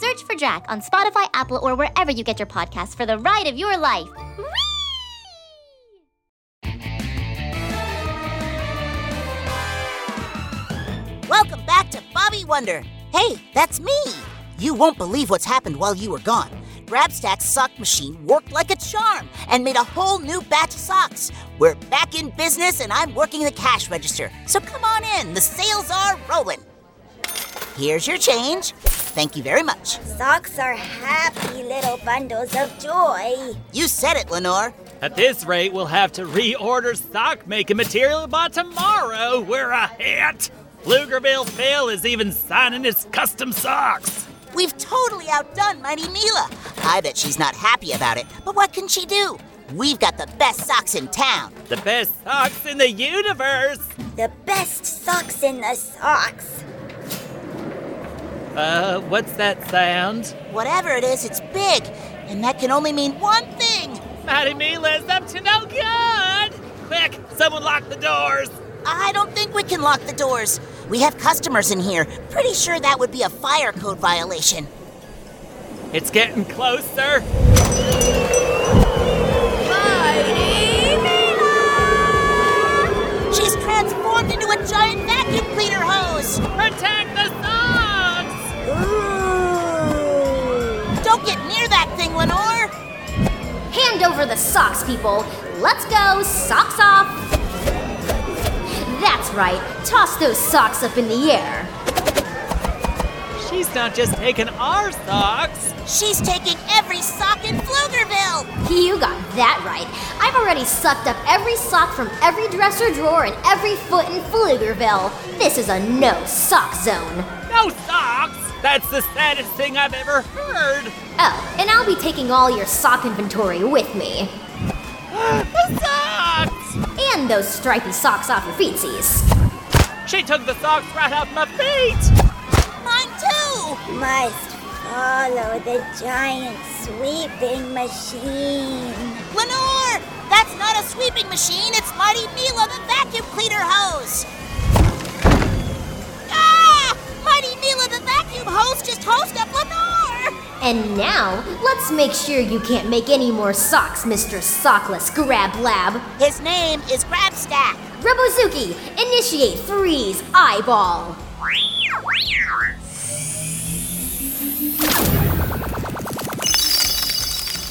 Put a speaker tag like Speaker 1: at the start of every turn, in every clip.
Speaker 1: Search for Drac on Spotify, Apple, or wherever you get your podcasts for the ride of your life.
Speaker 2: Welcome back to Bobby Wonder. Hey, that's me. You won't believe what's happened while you were gone. Grabstack's sock machine worked like a charm and made a whole new batch of socks. We're back in business and I'm working the cash register. So come on in, the sales are rolling. Here's your change. Thank you very much.
Speaker 3: Socks are happy little bundles of joy.
Speaker 2: You said it, Lenore.
Speaker 4: At this rate, we'll have to reorder sock making material by tomorrow. We're a hit. Pflugerville Phil is even signing his custom socks.
Speaker 2: We've totally outdone Mighty Mila. I bet she's not happy about it, but what can she do? We've got the best socks in town.
Speaker 4: The best socks in the universe.
Speaker 3: The best socks in the socks.
Speaker 4: Uh, what's that sound?
Speaker 2: Whatever it is, it's big, and that can only mean one thing.
Speaker 4: Maddie Mila is up to no good! Quick, someone lock the doors!
Speaker 2: I don't think we can lock the doors. We have customers in here. Pretty sure that would be a fire code violation.
Speaker 4: It's getting closer.
Speaker 5: Mighty Mila!
Speaker 2: She's transformed into a giant vacuum cleaner hose!
Speaker 4: Protect the socks!
Speaker 2: Don't get near that thing, Lenore!
Speaker 1: Hand over the socks, people! Let's go! Socks off! That's right! Toss those socks up in the air!
Speaker 4: She's not just taking our socks!
Speaker 2: She's taking every sock in Pflugerville!
Speaker 1: You got that right! I've already sucked up every sock from every dresser drawer and every foot in Pflugerville! This is a no sock zone!
Speaker 4: No socks! That's the saddest thing I've ever heard.
Speaker 1: Oh, and I'll be taking all your sock inventory with me.
Speaker 4: the socks!
Speaker 1: And those stripy socks off your feetsies.
Speaker 4: She took the socks right off my feet!
Speaker 2: Mine too!
Speaker 3: Must follow the giant sweeping machine.
Speaker 2: Lenore! That's not a sweeping machine, it's Mighty Mila the vacuum cleaner hose! Ah! Mighty Mila the vacuum hose just hosed up Lenore!
Speaker 1: And now, let's make sure you can't make any more socks, Mr. Sockless Grab Lab.
Speaker 2: His name is Grabstack.
Speaker 1: Rebozuki, initiate Three's Eyeball.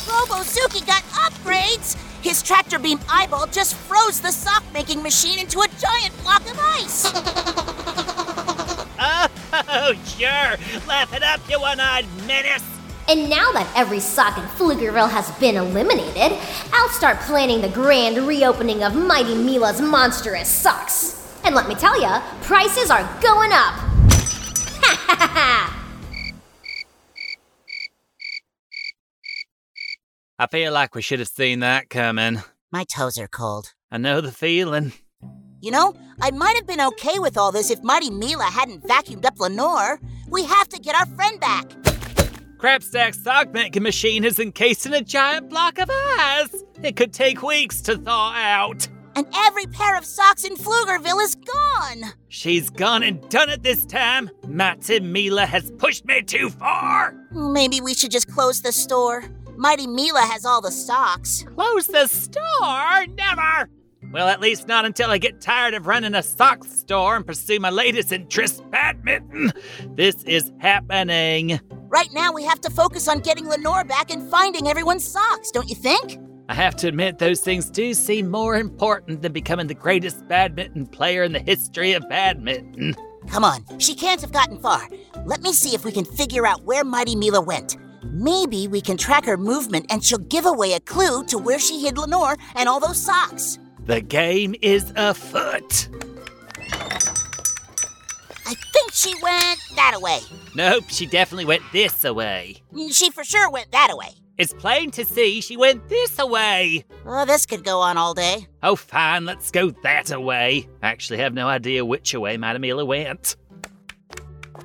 Speaker 2: Robozuki got upgrades! His tractor beam eyeball just froze the sock making machine into a giant block of ice!
Speaker 4: Oh, sure! Laugh it up, you one eyed menace!
Speaker 1: And now that every sock in Pflugerville has been eliminated, I'll start planning the grand reopening of Mighty Mila's monstrous socks. And let me tell ya, prices are going up. Ha ha ha ha!
Speaker 4: I feel like we should have seen that coming.
Speaker 2: My toes are cold.
Speaker 4: I know the feeling.
Speaker 2: You know, I might have been okay with all this if Mighty Mila hadn't vacuumed up Lenore. We have to get our friend back.
Speaker 4: Crabstack's sock making machine is encased in a giant block of ice. It could take weeks to thaw out.
Speaker 2: And every pair of socks in Pflugerville is gone.
Speaker 4: She's gone and done it this time. Matty Mila has pushed me too far.
Speaker 2: Maybe we should just close the store. Mighty Mila has all the socks.
Speaker 4: Close the store? Never! Well, at least not until I get tired of running a sock store and pursue my latest interest, badminton. This is happening.
Speaker 2: Right now, we have to focus on getting Lenore back and finding everyone's socks, don't you think?
Speaker 4: I have to admit, those things do seem more important than becoming the greatest badminton player in the history of badminton.
Speaker 2: Come on, she can't have gotten far. Let me see if we can figure out where Mighty Mila went. Maybe we can track her movement and she'll give away a clue to where she hid Lenore and all those socks.
Speaker 4: The game is afoot.
Speaker 2: I think she went that way.
Speaker 4: Nope, she definitely went this away.
Speaker 2: She for sure went that away.
Speaker 4: It's plain to see she went this away.
Speaker 2: Oh, this could go on all day.
Speaker 4: Oh, fine, let's go that away. I actually have no idea which away Madame Ela went.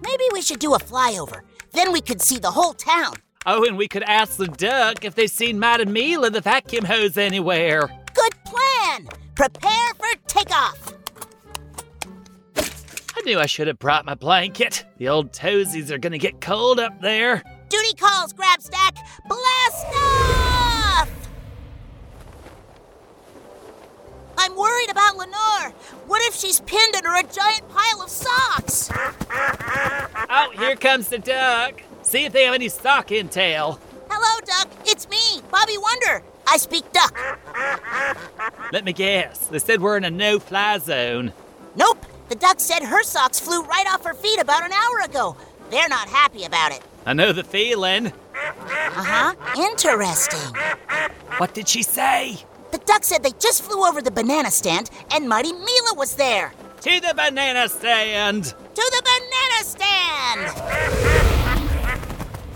Speaker 2: Maybe we should do a flyover. Then we could see the whole town.
Speaker 4: Oh, and we could ask the duck if they've seen Madame Mila the vacuum hose anywhere.
Speaker 2: Good plan! Prepare for takeoff!
Speaker 4: I knew I should have brought my blanket. The old toesies are gonna get cold up there.
Speaker 2: Duty calls, grab stack, blast off! I'm worried about Lenore. What if she's pinned under a giant pile of socks?
Speaker 4: Oh, here comes the duck. See if they have any sock intel.
Speaker 2: Hello, Duck. It's me, Bobby Wonder. I speak duck.
Speaker 4: Let me guess. They said we're in a no fly zone.
Speaker 2: Nope. The duck said her socks flew right off her feet about an hour ago. They're not happy about it.
Speaker 4: I know the feeling.
Speaker 2: Uh huh. Interesting.
Speaker 4: What did she say?
Speaker 2: The duck said they just flew over the banana stand and Mighty Mila was there.
Speaker 4: To the banana stand.
Speaker 2: To the banana stand!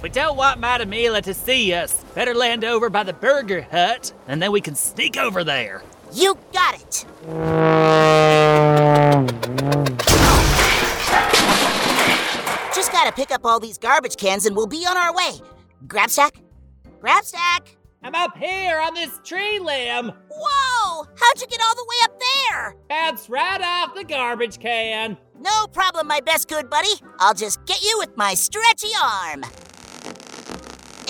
Speaker 4: We don't want Madame Mila to see us. Better land over by the burger hut, and then we can sneak over there.
Speaker 2: You got it. Just gotta pick up all these garbage cans and we'll be on our way. Grab stack? Grab stack!
Speaker 4: I'm up here on this tree limb.
Speaker 2: Whoa! How'd you get all the way up there?
Speaker 4: Bounce right off the garbage can.
Speaker 2: No problem, my best good buddy. I'll just get you with my stretchy arm.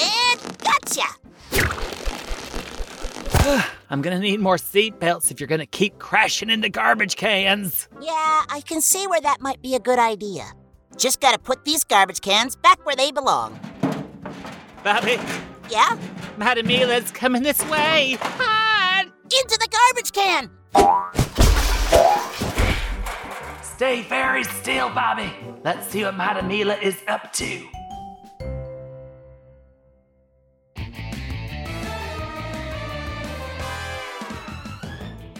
Speaker 2: And gotcha!
Speaker 4: I'm gonna need more seat belts if you're gonna keep crashing into garbage cans.
Speaker 2: Yeah, I can see where that might be a good idea. Just gotta put these garbage cans back where they belong.
Speaker 4: Bobby,
Speaker 2: Yeah?
Speaker 4: Madame Mila's coming this way. Hide!
Speaker 2: Into the garbage can!
Speaker 4: Stay very still, Bobby. Let's see what Madame Mila is up to.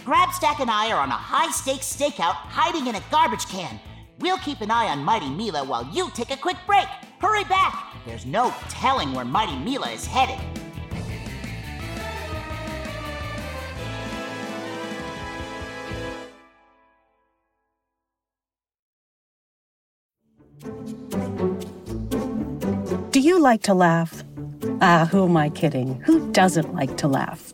Speaker 2: Grabstack and I are on a high stakes stakeout hiding in a garbage can. We'll keep an eye on Mighty Mila while you take a quick break. Hurry back! There's no telling where Mighty Mila is headed.
Speaker 6: Do you like to laugh? Ah, who am I kidding? Who doesn't like to laugh?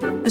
Speaker 6: The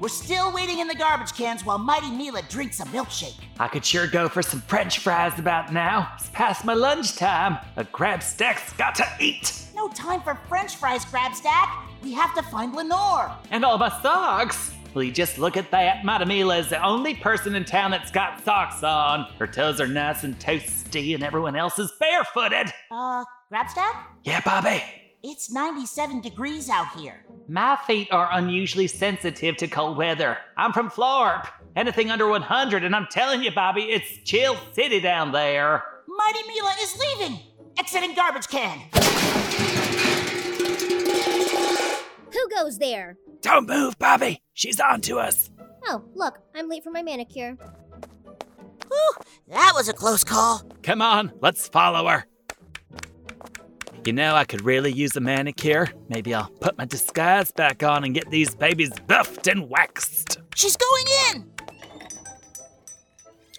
Speaker 2: We're still waiting in the garbage cans while Mighty Mila drinks a milkshake.
Speaker 4: I could sure go for some french fries about now. It's past my lunchtime. A crab stack's got to eat.
Speaker 2: No time for french fries, Grabstack. We have to find Lenore.
Speaker 4: And all my socks. Will you just look at that? Madame Mila is the only person in town that's got socks on. Her toes are nice and toasty, and everyone else is barefooted.
Speaker 2: Uh, Grabstack?
Speaker 4: Yeah, Bobby.
Speaker 2: It's 97 degrees out here.
Speaker 4: My feet are unusually sensitive to cold weather. I'm from Florp. Anything under 100, and I'm telling you, Bobby, it's chill city down there.
Speaker 2: Mighty Mila is leaving! Exiting garbage can!
Speaker 7: Who goes there?
Speaker 4: Don't move, Bobby. She's on to us.
Speaker 7: Oh, look, I'm late for my manicure.
Speaker 2: Whew, that was a close call.
Speaker 4: Come on, let's follow her. You know, I could really use a manicure. Maybe I'll put my disguise back on and get these babies buffed and waxed.
Speaker 2: She's going in!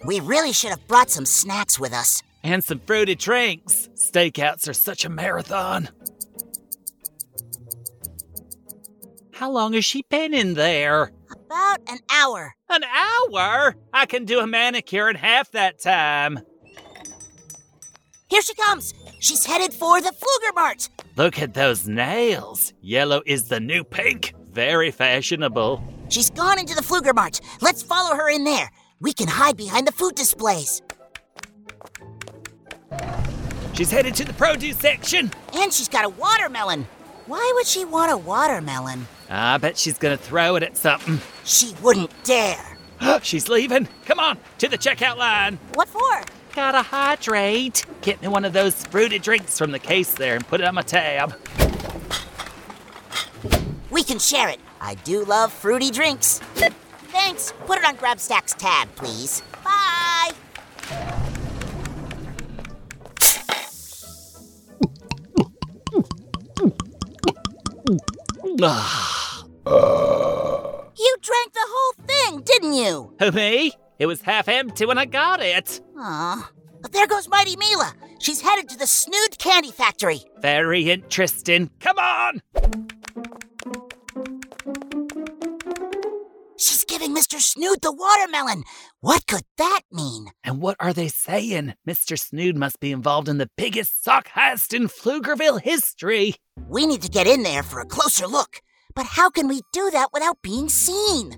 Speaker 2: We really should have brought some snacks with us.
Speaker 4: And some fruity drinks. Stakeouts are such a marathon. How long has she been in there?
Speaker 2: About an hour.
Speaker 4: An hour? I can do a manicure in half that time.
Speaker 2: Here she comes. She's headed for the Flugermart.
Speaker 4: Look at those nails. Yellow is the new pink. Very fashionable.
Speaker 2: She's gone into the Flugermart. Let's follow her in there. We can hide behind the food displays.
Speaker 4: She's headed to the produce section.
Speaker 2: And she's got a watermelon. Why would she want a watermelon?
Speaker 4: I bet she's gonna throw it at something.
Speaker 2: She wouldn't dare.
Speaker 4: she's leaving. Come on, to the checkout line.
Speaker 2: What for?
Speaker 4: Gotta hydrate. Get me one of those fruity drinks from the case there and put it on my tab.
Speaker 2: We can share it. I do love fruity drinks. Thanks. Put it on Grabstack's tab, please. Bye. You drank the whole thing, didn't you?
Speaker 4: Who, me? It was half empty when I got it.
Speaker 2: Aw. But there goes Mighty Mila. She's headed to the Snood Candy Factory.
Speaker 4: Very interesting. Come on!
Speaker 2: She's giving Mr. Snood the watermelon. What could that mean?
Speaker 4: And what are they saying? Mr. Snood must be involved in the biggest sock heist in Pflugerville history.
Speaker 2: We need to get in there for a closer look. But how can we do that without being seen?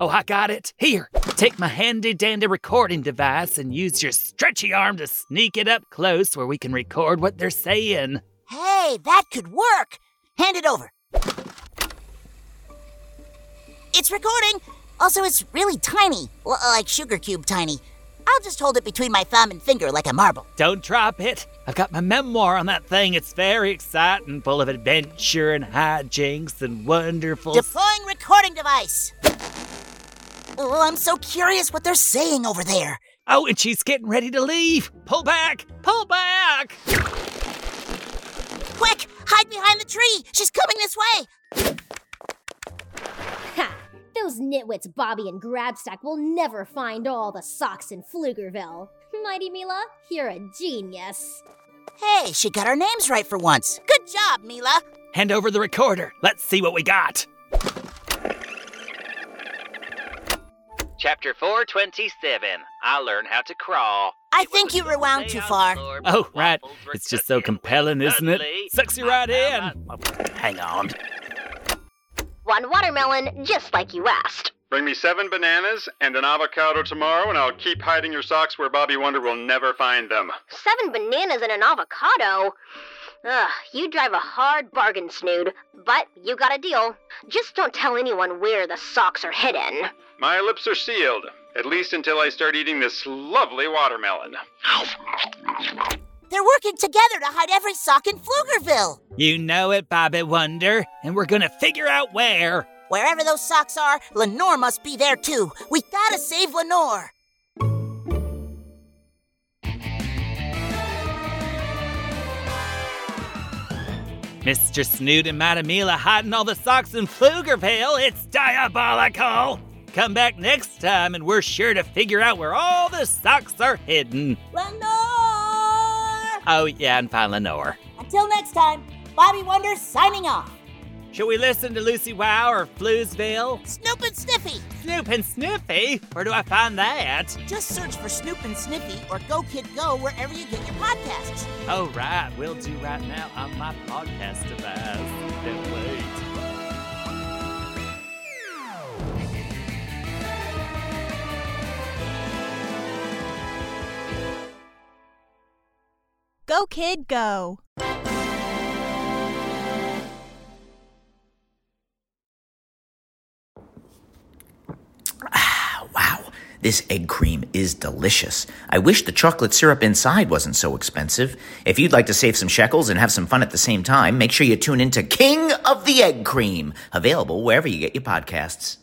Speaker 4: Oh, I got it. Here, take my handy dandy recording device and use your stretchy arm to sneak it up close where we can record what they're saying.
Speaker 2: Hey, that could work. Hand it over. It's recording. Also, it's really tiny, l- like sugar cube tiny. I'll just hold it between my thumb and finger like a marble.
Speaker 4: Don't drop it. I've got my memoir on that thing. It's very exciting, full of adventure and hijinks and wonderful.
Speaker 2: Deploying recording device. Oh, I'm so curious what they're saying over there.
Speaker 4: oh, and she's getting ready to leave. Pull back! Pull back!
Speaker 2: Quick, hide behind the tree. She's coming this way.
Speaker 7: Ha! Those nitwits Bobby and Grabstack will never find all the socks in Pflugerville. Mighty Mila, you're a genius.
Speaker 2: Hey, she got our names right for once. Good job, Mila.
Speaker 4: Hand over the recorder. Let's see what we got.
Speaker 8: Chapter 427 I Learn How to Crawl.
Speaker 2: I think you rewound too far.
Speaker 4: Oh, right. It's just so compelling, isn't it? Sucks you right in. Hang on.
Speaker 9: One watermelon, just like you asked.
Speaker 10: Bring me seven bananas and an avocado tomorrow, and I'll keep hiding your socks where Bobby Wonder will never find them.
Speaker 9: Seven bananas and an avocado? Ugh, you drive a hard bargain, Snood, but you got a deal. Just don't tell anyone where the socks are hidden.
Speaker 10: My lips are sealed, at least until I start eating this lovely watermelon.
Speaker 2: They're working together to hide every sock in Pflugerville.
Speaker 4: You know it, Bobby Wonder, and we're gonna figure out where.
Speaker 2: Wherever those socks are, Lenore must be there too. We gotta save Lenore.
Speaker 4: Mr. Snood and Madam Mila hiding all the socks in Pflugerville. It's diabolical. Come back next time, and we're sure to figure out where all the socks are hidden.
Speaker 2: Lenore!
Speaker 4: Oh yeah, and find Lenore.
Speaker 2: Until next time, Bobby Wonder signing off.
Speaker 4: Should we listen to Lucy Wow or Fluesville?
Speaker 2: Snoop and Sniffy.
Speaker 4: Snoop and Sniffy? Where do I find that?
Speaker 2: Just search for Snoop and Sniffy or Go Kid Go wherever you get your podcasts.
Speaker 4: Oh, right. We'll do right now on my podcast device. Don't wait.
Speaker 11: Go, kid, go.
Speaker 12: Wow, this egg cream is delicious. I wish the chocolate syrup inside wasn't so expensive. If you'd like to save some shekels and have some fun at the same time, make sure you tune in to King of the Egg Cream, available wherever you get your podcasts.